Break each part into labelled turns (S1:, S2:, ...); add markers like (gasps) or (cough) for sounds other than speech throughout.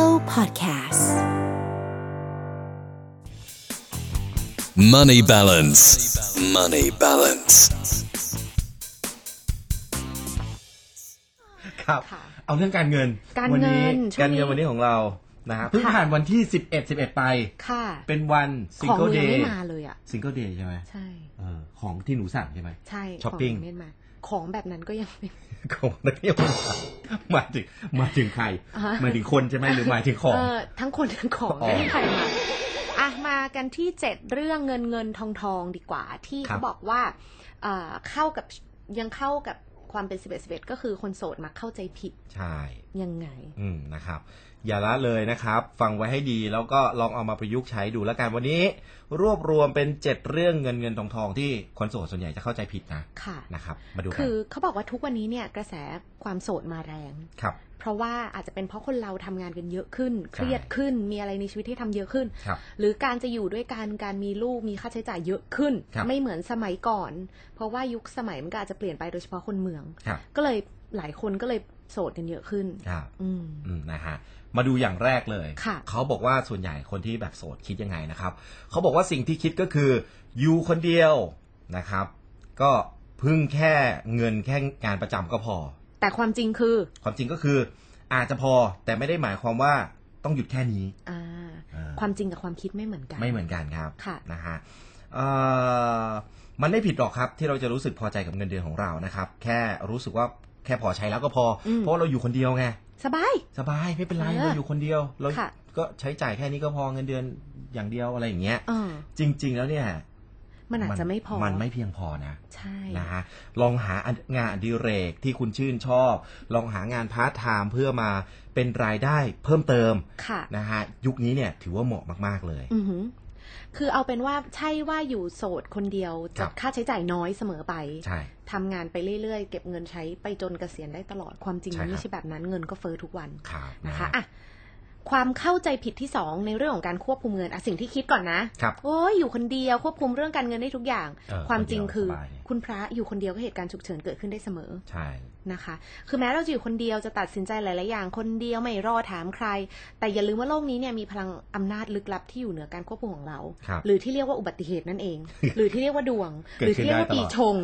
S1: Podcasts.
S2: Money balance. Money balance.
S3: ครับ
S1: ค่ะ
S3: เอาเรื่องการเงิน
S1: การ
S3: วันี้
S1: เงินช่วงนี้
S3: การเงินวันนี้ของเรานะฮะเพิ่ง
S1: ค่ะ
S3: ผ่านวันที่ 11 11 ไป
S1: ค่ะ
S3: เป็นวัน
S1: ของ
S3: Single
S1: ยัง
S3: Day
S1: ไม่มาเลยอ่ะ
S3: Single Day ใช่ไหม
S1: ใช่
S3: เออของที่หนูสั่งใช่ไหม
S1: ใช่
S3: ช้อปปิ้ง
S1: ขยัไม่มา ของแบบนั้นก็ยังไม่
S3: ของนักเที่ยวหมายถึงหมายถึงใคร
S1: อ่า
S3: หมายถึงคนใช่ไหมหรือหมายถึงของ
S1: เออทั้งคนทั้งของ
S3: อ๋อ
S1: ไม่มีใครมาอ่ะมากันที่เจ็ดเรื่องเงินเงินทองทองดีกว่า ที่
S3: ครั
S1: เขา
S3: บ
S1: บอกว่าเอ่อเข้ากับยังเข้ากับความเป็นสิบเอ็ดสิบเอ็ดก็คือคนโสดมักเข้าใจผิด
S3: ใช่
S1: ยังไง
S3: อืมนะครับ อย่าละเลยนะครับ ฟังไว้ให้ดีแล้วก็ลองเอามาประยุกต์ใช้ดูแล้วกันวันนี้ รวบรวมเป็น 7 เรื่องเงินเงินทองทองที่คนโสดส่วนใหญ่จะเข้าใจผิดนะ
S1: ค่ะ
S3: นะครับ มาดูกัน
S1: คือเขาบอกว่าทุกวันนี้เนี่ยกระแสความโสดมาแรง
S3: ครับ
S1: เพราะว่าอาจจะเป็นเพราะคนเราทำงานกันเยอะขึ้น เครียด
S3: ใช่
S1: ขึ้นมีอะไรในชีวิตที่ทำเยอะขึ้น
S3: ครับ
S1: หรือการจะอยู่ด้วยกันการมีลูกมีค่าใช้จ่ายเยอะขึ้น
S3: ครับ
S1: ไม่เหมือนสมัยก่อน เพราะว่ายุคสมัยมันก็อาจจะเปลี่ยนไปโดยเฉพาะคนเมือง
S3: ครับ
S1: ก็เลยหลายคนก็เลยโสดกันเยอะขึ้น
S3: ครับ
S1: อืม
S3: อืมนะฮะมาดูอย่างแรกเลย
S1: ค่ะ
S3: เขาบอกว่าส่วนใหญ่คนที่แบบโสดคิดยังไงนะครับเขาบอกว่าสิ่งที่คิดก็คืออยู่คนเดียวนะครับ ก็พึ่งแค่เงินแค่งานประจำก็พอ
S1: แต่ความจริงคือ
S3: ความจริงก็คืออาจจะพอแต่ไม่ได้หมายความว่าต้องหยุดแค่นี้
S1: อ่า
S3: เออ
S1: ความจริงกับความคิดไม่เหมือนกัน
S3: ไม่เหมือนกันครับ
S1: ค่ะ
S3: นะฮะเอ่อมันไม่ผิดหรอกครับ ที่เราจะรู้สึกพอใจกับเงินเดือนของเรานะครับ แค่รู้สึกว่าแค่พอใช้แล้วก็พออ
S1: ม
S3: เพราะว่าเราอยู่คนเดียวไง
S1: สบาย
S3: สบายไม่เป็นไร
S1: เออ
S3: เราอยู่คนเดียวเรา
S1: ค่ะ
S3: ก็ใช้จ่ายแค่นี้ก็พอเงินเดือนอย่างเดียวอะไรอย่างเงี้ย
S1: เออ
S3: จริง ๆ แล้วเนี่ย
S1: มันอาจจะไม่พอ
S3: มันไม่เพียงพอนะ
S1: ใช่
S3: นะฮะลองหางานอดีเรกที่คุณชื่นชอบ ลองหางานพาร์ทไทม์เพื่อมาเป็นรายได้เพิ่มเติม
S1: ค่ะ
S3: นะฮะยุคนี้เนี่ยถือว่าเหมาะมากๆเลย
S1: อือหือคือเอาเป็นว่าใช่ว่าอยู่โสดคนเดียว
S3: ครั
S1: จะ
S3: บ
S1: ค่าใช้จ่ายน้อยเสมอไป
S3: ใช่
S1: ทำงานไปเรื่อยๆ เก็บเงินใช้ไปจนเกษียณได้ตลอดความจริง
S3: ใช่
S1: มัน
S3: ครับ
S1: ไม่ใช่แบบนั้นเงินก็เฟ้อทุกวัน
S3: ครับ
S1: นะคะ
S3: ฮ
S1: อ่ะความเข้าใจผิดที่สองในเรื่องของการควบคุมเงินอ่ะสิ่งที่คิดก่อนนะครับ โอ้ยอยู่คนเดียวควบคุมเรื่องการเงินได้ทุกอย่าง
S3: เออ
S1: ความจริงคือ
S3: คนเดียวสบายไง
S1: คุณพระอยู่คนเดียวก็เหตุการณ์ฉุกเฉินเกิดขึ้นได้เสมอ
S3: ใช่
S1: นะคะ คือแม้เราจะอยู่คนเดียวจะตัดสินใจหลายๆอย่าง คนเดียวไม่รอถามใคร แต่อย่าลืมว่าโลกนี้เนี่ยมีพลังอำนาจลึกลับที่อยู่เหนือการควบคุมของเรา
S3: ครับ
S1: หรือที่เรียกว่าอุบัติเหตุนั่นเอง
S3: (laughs)
S1: หรือที่เรียกว่าดวง
S3: เกิ
S1: ห
S3: ด
S1: รือ
S3: ขึ้น
S1: ที่เรียกว่า
S3: ได้ตลอด
S1: ปีชง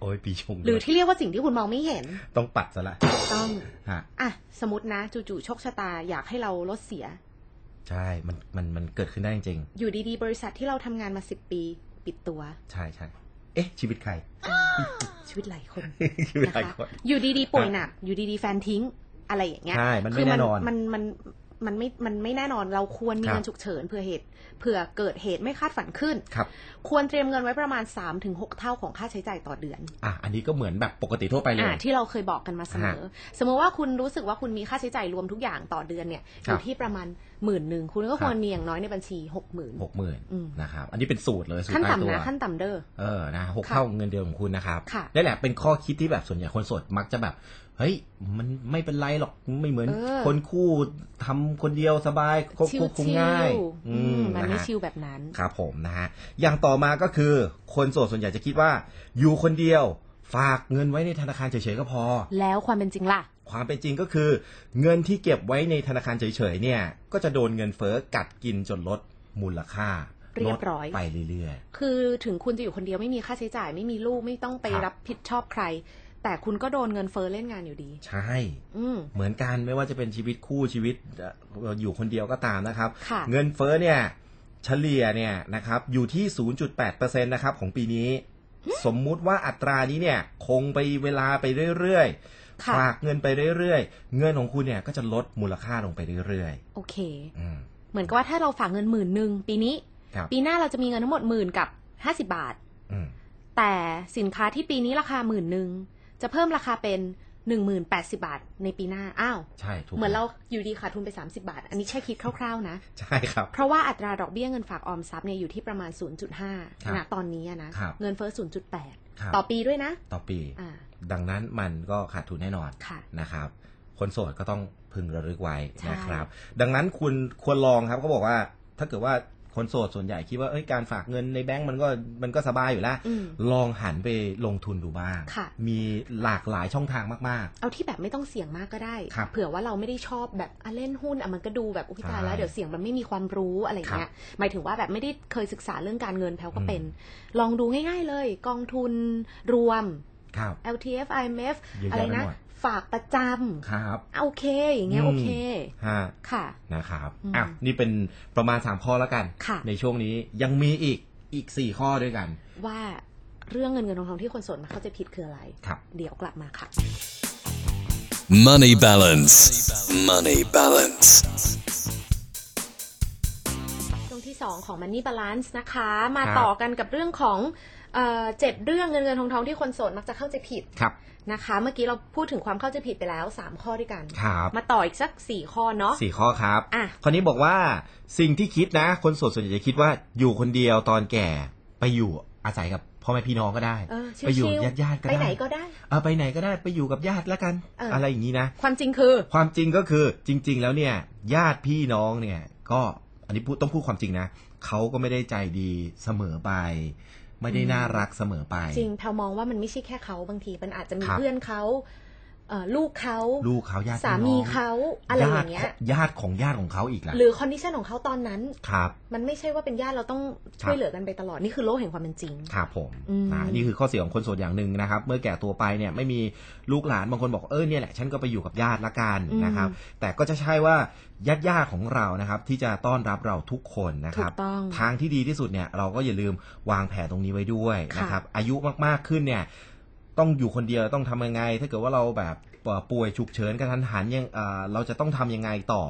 S3: โอ้ยปีชง
S1: หรือที่เรียกว่าสิ่งที่คุณมองไม่เห็น
S3: ต้องปัดซะละ
S1: ต้อง
S3: ฮะ
S1: อ่ะสมมตินะจู่ๆโชคชะตาอยากให้เราลดเสีย
S3: ใช่มันมันมันเกิดขึ้นได้จริง
S1: อยู่ดีๆ บริษัทที่เราทำงานมาสิบปี ปิด
S3: (gasps)
S1: ตัว
S3: ๆใช่ใช่เอ๊ะ ชีวิตใคร (laughs)
S1: ชีวิตหลายคน
S3: ชีวิต
S1: นะ
S3: ใคร
S1: คะ
S3: คน
S1: อยู่ดีๆป่วยหนัก อยู่ดีๆแฟนทิ้งอะไรอย่างเงี้ย
S3: ใช่มันไม่
S1: คื
S3: แน่นอน
S1: มันมันมันไม่มันไม่แน่นอนเราควรมี
S3: ครับ
S1: เงินฉุกเฉินเผื่อเหตุเผื่อเกิดเหตุไม่คาดฝันขึ้น
S3: ครับ
S1: ควรเตรียมเงินไว้ประมาณ 3-6 เท่าของค่าใช้จ่ายต่อเดือน
S3: อ่ะ อันนี้ก็เหมือนแบบปกติทั่วไปเลย
S1: อ่าที่เราเคยบอกกันมาเสมอ สมมติว่าคุณรู้สึกว่าคุณมีค่าใช้จ่ายรวมทุกอย่างต่อเดือนเนี่ยอ
S3: ครับ
S1: ยู่ที่ประมาณหมื่นหนึ่งคุณก็
S3: ค
S1: ค
S3: รั
S1: วร
S3: บ
S1: มีอย่างน้อยในบัญชีหกหมื่น
S3: หกหมื่น
S1: อืม
S3: นะครับ อันนี้เป็นสูตรเลยสูตร
S1: ขั้น
S3: ตายตั
S1: ต่ำ
S3: ว
S1: นะขั้นต่ำเด้อ
S3: เออ นะหก
S1: ค่ะ
S3: เท่าเงินเดือนของคุณนะครับ
S1: ค่ะ
S3: นี่แหละเป็นข้อคิดที่แบบส่วนใหญ่คนโสดมักจะแบบ เฮ้ย มันไม่เป็นไรหรอก ไม่เหมือน
S1: เออ
S3: คนคู่ทำคนเดียวสบายควบ
S1: ชิ
S3: ควบคุมง่าย
S1: วๆอืมมันไม่
S3: ะฮะ
S1: ชิวแบบนั้น
S3: ครับผมนะฮะ อย่างต่อมาก็คือ คนโสดส่วนใหญ่จะคิดว่า อยู่คนเดียว ฝากเงินไว้ในธนาคารเฉยๆก็พอ
S1: แล้วความเป็นจริงล่ะ
S3: ความเป็นจริงก็คือ เงินที่เก็บไว้ในธนาคารเฉยๆเนี่ย ก็จะโดนเงินเฟ้อกัดกินจนลดมูลค่า
S1: เรียบร้อย
S3: ลดไปเรื่อย
S1: คือถึงคุณจะอยู่คนเดียวไม่มีค่าใช้จ่าย ไม่มีลูกไม่ต้องไป
S3: ครับ
S1: รับผิดชอบใคร แต่คุณก็โดนเงินเฟ้อเล่นงานอยู่ดี
S3: ๆ ใช่
S1: อืม
S3: เหมือนกันไม่ว่าจะเป็นชีวิตคู่ชีวิตเอ่ออยู่คนเดียวก็ตามนะครับ
S1: ค่ะ
S3: เงินเฟ้อเนี่ยเฉลี่ยเนี่ยนะครับอยู่ที่ 0.8%นะครับของปีนี้ สมมุติว่าอัตรานี้เนี่ยคงไปเวลาไปเรื่อย
S1: ค่ะ
S3: ๆฝากเงินไปเรื่อยๆ เงินของคุณเนี่ยก็จะลดมูลค่าลงไปเรื่อย
S1: โอเค
S3: ๆอืม
S1: เหมือนกับว่าถ้าเราฝากเงินหมื่นหนึ่งปีนี้
S3: ครับ
S1: ปีหน้าเราจะมีเงินทั้งหมดหมื่นกับห้าสิบาท
S3: อืม
S1: แต่สินค้าที่ปีนี้ราคาหมื่นหนึ่งจะเพิ่มราคาเป็นหนึ่งหมื่นแปดสิบาทในปีหน้า อ้าว
S3: ใช่ถูก
S1: เหมือนเราอยู่ดีขาดทุนไป 30 บาท อันนี้ใช่คิดคร่าวๆนะ
S3: ใช่ครับ
S1: เพราะว่าอัตราดอกเบี้ยเงินฝากออมทรัพย์เนี่ยอยู่ที่ประมาณ
S3: ครับ
S1: 0.5ณตอนนี้อะนะครับ เงินเฟ้อ
S3: ครับ
S1: 0.8 ต่อปีด้วยนะ
S3: ต่อปี
S1: อ่า
S3: ดังนั้นมันก็ขาดทุนแน่นอน
S1: ค่ะ
S3: นะครับ คนโสดก็ต้องพึงระลึกไว้
S1: ใช่
S3: นะครับ ดังนั้นคุณควรลองครับเขาบอกว่าถ้าเกิดว่า คนโสดส่วนใหญ่คิดว่าเอ้ยการฝากเงินในแบงก์มันก็มันก็สบายอยู่แล้ว
S1: อืม
S3: ลองหันไปลงทุนดูบ้าง
S1: ค่ะ
S3: มีหลากหลายช่องทางมาก
S1: เอาที่แบบไม่ต้องเสี่ยงมากก็ได้
S3: ครับ
S1: เผื่อว่าเราไม่ได้ชอบแบบอ่ะเล่นหุ้นอ่ะมันก็ดูแบบอุ้ยตายแล้
S3: ใช่
S1: วเดี๋ยวเสี่ยงมันไม่มีความรู้อะไรอย่างเงี้ยหมายถึงว่าแบบไม่ได้เคยศึกษาเรื่องการเงินแพลวก็
S3: อืม
S1: เป็น ลองดูง่ายๆเลย กองทุนรวม
S3: ๆ ครับ
S1: LTF IMF
S3: เยอะ
S1: อะไร
S3: แยะไป
S1: นะ
S3: หมด
S1: ฝากประจ
S3: ครับ
S1: ำอ่ะโอเค อย่างเงี้ยโอเค
S3: ฮะ
S1: ค่ะ
S3: นะครับ
S1: อืม
S3: อ่ะนี่เป็นประมาณ 3 ข้อแล้วกัน
S1: ค่ะ
S3: ในช่วงนี้ยังมีอีกอีก 4 ข้อด้วยกัน
S1: ว่าเรื่องเงินเงินทองทองที่คนส่วนมากเขาใจะผิดคืออะไร
S3: ครับ
S1: เดี๋ยวกลับมาค่ะ
S2: Money balance. Money balance.
S1: ช่วงที่ 2 ของ Money Balance นะคะ มา
S3: ครับ
S1: ต่อกันกับเรื่องของเอ่อเจ็ดเรื่องเงินเงินทองทองที่คนโสดมักจะเข้าใจผิด
S3: ครับ
S1: นะคะ เมื่อกี้เราพูดถึงความเข้าใจผิดไปแล้ว 3 ข้อด้วยกัน
S3: ครับ
S1: มาต่ออีกสัก 4 ข้อเนาะ
S3: สี่ข้อครับ
S1: อ่ะ
S3: ข้อนี้บอกว่าสิ่งที่คิดนะ คนโสดส่วนใหญ่จะคิดว่าอยู่คนเดียวตอนแก่ไปอยู่อาศัยกับพ่อแม่พี่น้องก็ได้
S1: เออชิวๆ
S3: ไปอยู่ญาติญาติๆก็
S1: ไป
S3: ได้
S1: ไหนก็ได้
S3: เออไปไหนก็ได้ไปอยู่กับญาติแล้วกัน
S1: เอออ
S3: อะไรอย่างนี้นะ
S1: ความจริงคือ
S3: ความจริงก็คือจริง ๆ แล้วเนี่ย ญาติพี่น้องเนี่ย ก็อันนี้พูดต้องพูดความจริงนะเขาก็ไม่ได้ใจดีเสมอไป ไม่ได้
S1: อืม
S3: น่ารักเสมอไป
S1: จริงแพลมองว่ามันไม่ใช่แค่เขาบางที มันอาจจะมี
S3: ครับ
S1: เพื่อนเขาเอ่อลูกเขา
S3: ลูกเขาญาติ
S1: สา
S3: พี่น้อง
S1: มีเขาอะไรอย่างเงี้ย
S3: ญาติของญาติของเขาอีกล่ะ
S1: หรือคอนดิชันของเขาตอนนั้น
S3: ครับ
S1: มันไม่ใช่ว่าเป็นญาติเราต้องช่วยเหลือกันไปตลอด นี่คือโลกแห่งความเป็นจริง
S3: ครับผม
S1: อืม
S3: นะนี่คือข้อเสียของคนโสดอย่างหนึ่งนะครับ เมื่อแก่ตัวไปเนี่ยไม่มีลูกหลานบางคนบอกเออเนี่ยแหละฉันก็ไปอยู่กับญาติละกัน
S1: อืม
S3: นะครับ แต่ก็จะใช่ว่าญาติญาติๆของเรานะครับ ที่จะต้อนรับเราทุกคนนะค
S1: ถู
S3: รับ
S1: กต้อง
S3: ทางที่ดีที่สุดเนี่ยเราก็อย่าลืมวางแผนตรงนี้ไว้ด้วย
S1: ค่ะ
S3: นะครับ อายุมากๆขึ้นเนี่ย ต้องอยู่คนเดียวต้องทำยังไง ถ้าเกิดว่าเราแบบเอ่อป่วยฉุกเฉินกระทันหันยังเอ่อเราจะต้องทำยังไงต่อ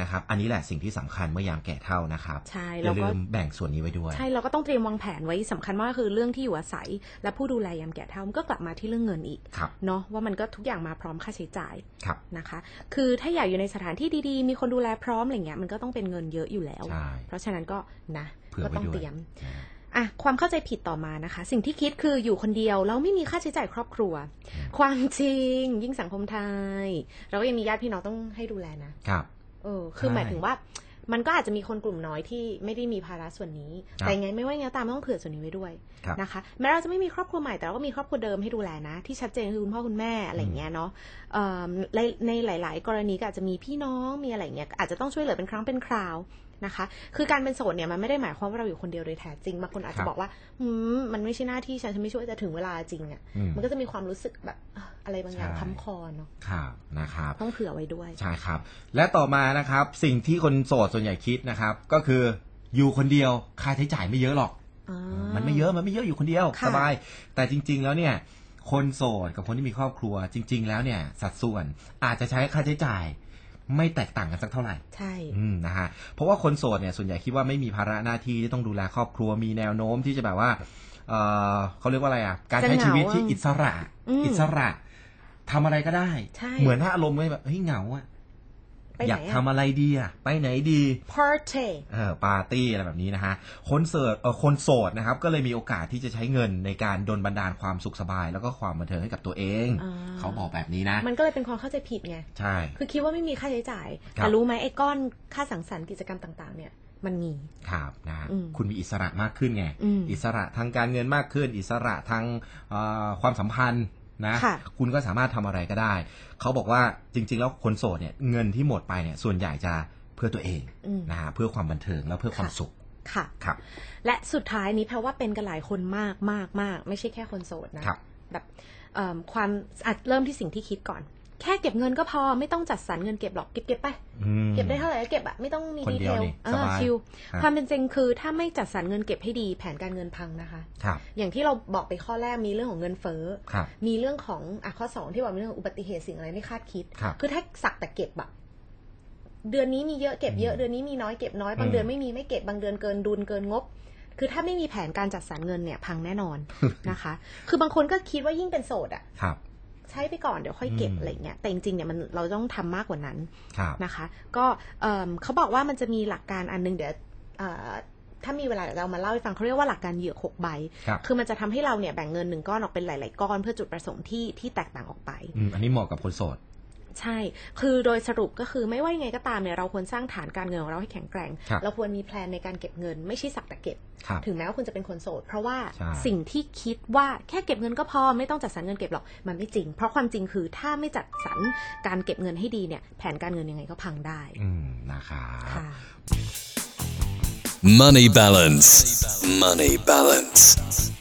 S3: นะครับ อันนี้แหละสิ่งที่สำคัญเมื่อยามแก่เท่านะครับ
S1: ใช่
S3: อ
S1: แล้
S3: ย่าว
S1: ก็
S3: ลืมแบ่งส่วนนี้ไว้ด้วย
S1: ใช่เราก็ต้องเตรียมวางแผนไว้สำคัญมากก็คือเรื่องที่อยู่อาศัย และผู้ดูแลยามแก่เฒ่ามันก็กลับมาที่เรื่องเงินอีก
S3: ครับ
S1: เนาะว่ามันก็ทุกอย่างมาพร้อมค่าใช้จ่าย
S3: ครับ
S1: นะคะ คือถ้าอยากอยู่ในสถานที่ดีๆ มีคนดูแลพร้อมอะไรเงี้ยมันก็ต้องเป็นเงินเยอะอยู่แล้ว
S3: ใช่
S1: เพราะฉะนั้นก็นะ
S3: เผื่อ
S1: ก็
S3: ไว้
S1: ต้อง
S3: ด้วย
S1: เตรียม
S3: นะ
S1: อ่ะความเข้าใจผิดต่อมานะคะ สิ่งที่คิดคืออยู่คนเดียวแล้วไม่มีค่าใช้จ่ายครอบครัว ความจริง ยิ่งสังคมไทย เราก็ยังมีญาติพี่น้องต้องให้ดูแลนะ
S3: ครับ
S1: เออคือ
S3: ใช่
S1: หมายถึงว่ามันก็อาจจะมีคนกลุ่มน้อยที่ไม่ได้มีภาระส่วนนี้
S3: ครับ
S1: แต่ยังไงไม่ว่ายังไงก็ตามต้องเผื่อส่วนนี้ไว้ด้วย
S3: ครับ
S1: นะคะแม้เราจะไม่มีครอบครัวใหม่แต่เราก็มีครอบครัวเดิมให้ดูแลนะ ที่ชัดเจนคือคุณพ่อคุณแม่อะไรอย่างเงี้ยเนาะเอิ่มในในหลาย ๆ กรณีก็อาจจะมีพี่น้องมีอะไรอย่างเงี้ยอาจจะต้องช่วยเหลือเป็นครั้งเป็นคราวนะคะ คือการเป็นโสดเนี่ยมันไม่ได้หมายความว่าเราอยู่คนเดียวโดยแท้จริงบางคนอาจจะบอกว่าหืมมันไม่ใช่หน้าที่ฉันฉันไม่ช่วยแต่ถึงเวลาจริงอะ่ะ
S3: อืม
S1: มันก็จะมีความรู้สึกแบบเอ่ออะไรบางอย่าง
S3: ใช่
S1: ค้ำคอเนาะ
S3: ครับนะครับ
S1: ต้องเผื่อไว้ด้วย
S3: ใช่ครับ และต่อมานะครับสิ่งที่คนโสดส่วนใหญ่คิดนะครับ ก็คืออยู่คนเดียวค่าใช้จ่ายไม่เยอะหรอก มันไม่เยอะมันไม่เยอะอยู่คนเดียว
S1: ค่ะ
S3: สบาย แต่จริง ๆ แล้วเนี่ย คนโสดกับคนที่มีครอบครัว จริง ๆ แล้วเนี่ย สัดส่วนอาจจะใช้ค่าใช้จ่าย ไม่แตกต่างกันสักเท่าไหร่
S1: ใช่
S3: อืมนะฮะเพราะว่าคนโสดเนี่ยส่วนใหญ่คิดว่าไม่มีภาระหน้าที่ที่ต้องดูแลครอบครัวมีแนวโน้มที่จะแบบว่าเออเขาเรียกว่าอะไรอ่ะการใช้ชีวิตที่อิสระ
S1: อืม
S3: สระทำอะไรก็ได้
S1: ใช่
S3: เหมือนถ้าอารมณ์ไม่แบบเฮ้ยเหงาอ่ะ
S1: ไป
S3: อน
S1: ไห
S3: ยาก
S1: อะ
S3: ทำอะไรดีอ่ะไปไหนดี
S1: party
S3: เอ่อปาร์ตี้อะไรแบบนี้นะฮะ คนเสิร์ชเอ่อคนโสดนะครับ ก็เลยมีโอกาสที่จะใช้เงินในการดลบันดาลความสุขสบาย แล้วก็ความบันเทิงให้กับตัวเอง
S1: อ่า
S3: เขาบอกแบบนี้นะ
S1: มันก็เลยเป็นความเข้าใจผิดไง
S3: ใช่
S1: คือคิดว่าไม่มีค่าใช้จ่าย
S3: ครับ
S1: แต่รู้ไหมไอ้ก้อนค่าสังสรรค์กิจกรรมต่างๆ เนี่ย มันมี
S3: ครับนะฮะ
S1: อืม
S3: คุณมีอิสระมากขึ้นไง
S1: อืม
S3: อิสระทางการเงินมากขึ้น อิสระทางเอ่อความสัมพันธ์นะ
S1: ค่ะ
S3: คุณก็สามารถทำอะไรก็ได้ เขาบอกว่าจริง ๆ แล้วคนโสดเนี่ยเงินที่หมดไปเนี่ยส่วนใหญ่จะเพื่อตัวเอง
S1: อืม
S3: นะฮะเพื่อความบันเทิงและเพื่อความสุข
S1: ค่ะ
S3: ครับ
S1: และสุดท้ายนี้แปลว่าเป็นกันหลายคนมากมากมากไม่ใช่แค่คนโสดนะ
S3: ครับ
S1: แบบเอิ่มความอาจเริ่มที่สิ่งที่คิดก่อน แค่เก็บเงินก็พอไม่ต้องจัดสรรเงินเก็บหรอกเก็บเก็บๆไป
S3: อืม
S1: เก็บได้เท่าไหร่ก็เก็บอะไม่ต้องมี
S3: คน
S1: ดี
S3: เดี
S1: เท
S3: ยว
S1: ล
S3: นี่
S1: เออ
S3: สบาย
S1: ชิล
S3: ครับ
S1: ความเป็นจริงคือถ้าไม่จัดสรรเงินเก็บให้ดี แผนการเงินพังนะคะ
S3: ครับ
S1: อย่างที่เราบอกไปข้อแรกมีเรื่องของเงินเฟ้อ
S3: ครับ
S1: มีเรื่องของอ่ะข้อสองที่บอกมีเรื่องของอุบัติเหตุสิ่งอะไรไม่คาดคิด
S3: ครับ
S1: อถ้าสักแต่เก็บอะเดือนนี้มีเยอะเก็บเยอะ
S3: อืม
S1: เดือนนี้มีน้อยเก็บน้อย
S3: อืม
S1: บางเดือนไม่มีไม่เก็บบางเดือนเกินดุลเกินงบ คือถ้าไม่มีแผนการจัดสรรเงินเนี่ยพังแน่นอน
S3: (laughs)
S1: นะคะ คือบางคนก็คิดว่ายิ่งเป็นโสดอะ
S3: ครับ
S1: ใช้ไปก่อนเดี๋ยวค่อยเก็บ
S3: อืม
S1: อะไรเงี้ยแต่จริงๆเนี่ยมันเราต้องทำมากกว่านั้น
S3: ครับ
S1: นะคะ ก็เอิ่มเขาบอกว่ามันจะมีหลักการอันหนึงเดี๋ยวเอ่อถ้ามีเวลาเดี๋ยวเรามาเล่าให้ฟังเขาเรียกว่าหลักการเหยื่อหกใบ
S3: ครับ
S1: คือมันจะทำให้เราเนี่ยแบ่งเงินหนึ่งก้อนออกเป็นหลาย ๆ ก้อนเพื่อจุดประสงค์ที่ที่แตกต่างออกไป
S3: อืมอันนี้เหมาะกับคนโสด
S1: ใช่ คือโดยสรุปก็คือไม่ว่ายังไงก็ตามเนี่ยเราควรสร้างฐานการเงินของเราให้แข็งแกร่ง
S3: ครับ
S1: เราควรมีแพลนในการเก็บเงิน ไม่ใช่สักแต่เก็บ
S3: ครับ
S1: ถึงแม้ว่าคุณจะเป็นคนโสด เพราะว่า
S3: ใช่
S1: สิ่งที่คิดว่าแค่เก็บเงินก็พอไม่ต้องจัดสรรเงินเก็บหรอกมันไม่จริง เพราะความจริงคือถ้าไม่จัดสรรการเก็บเงินให้ดีเนี่ยแผนการเงินยังไงก็พังได้
S3: อืมนะครับ
S1: ค่ะ
S2: Money balance. Money balance.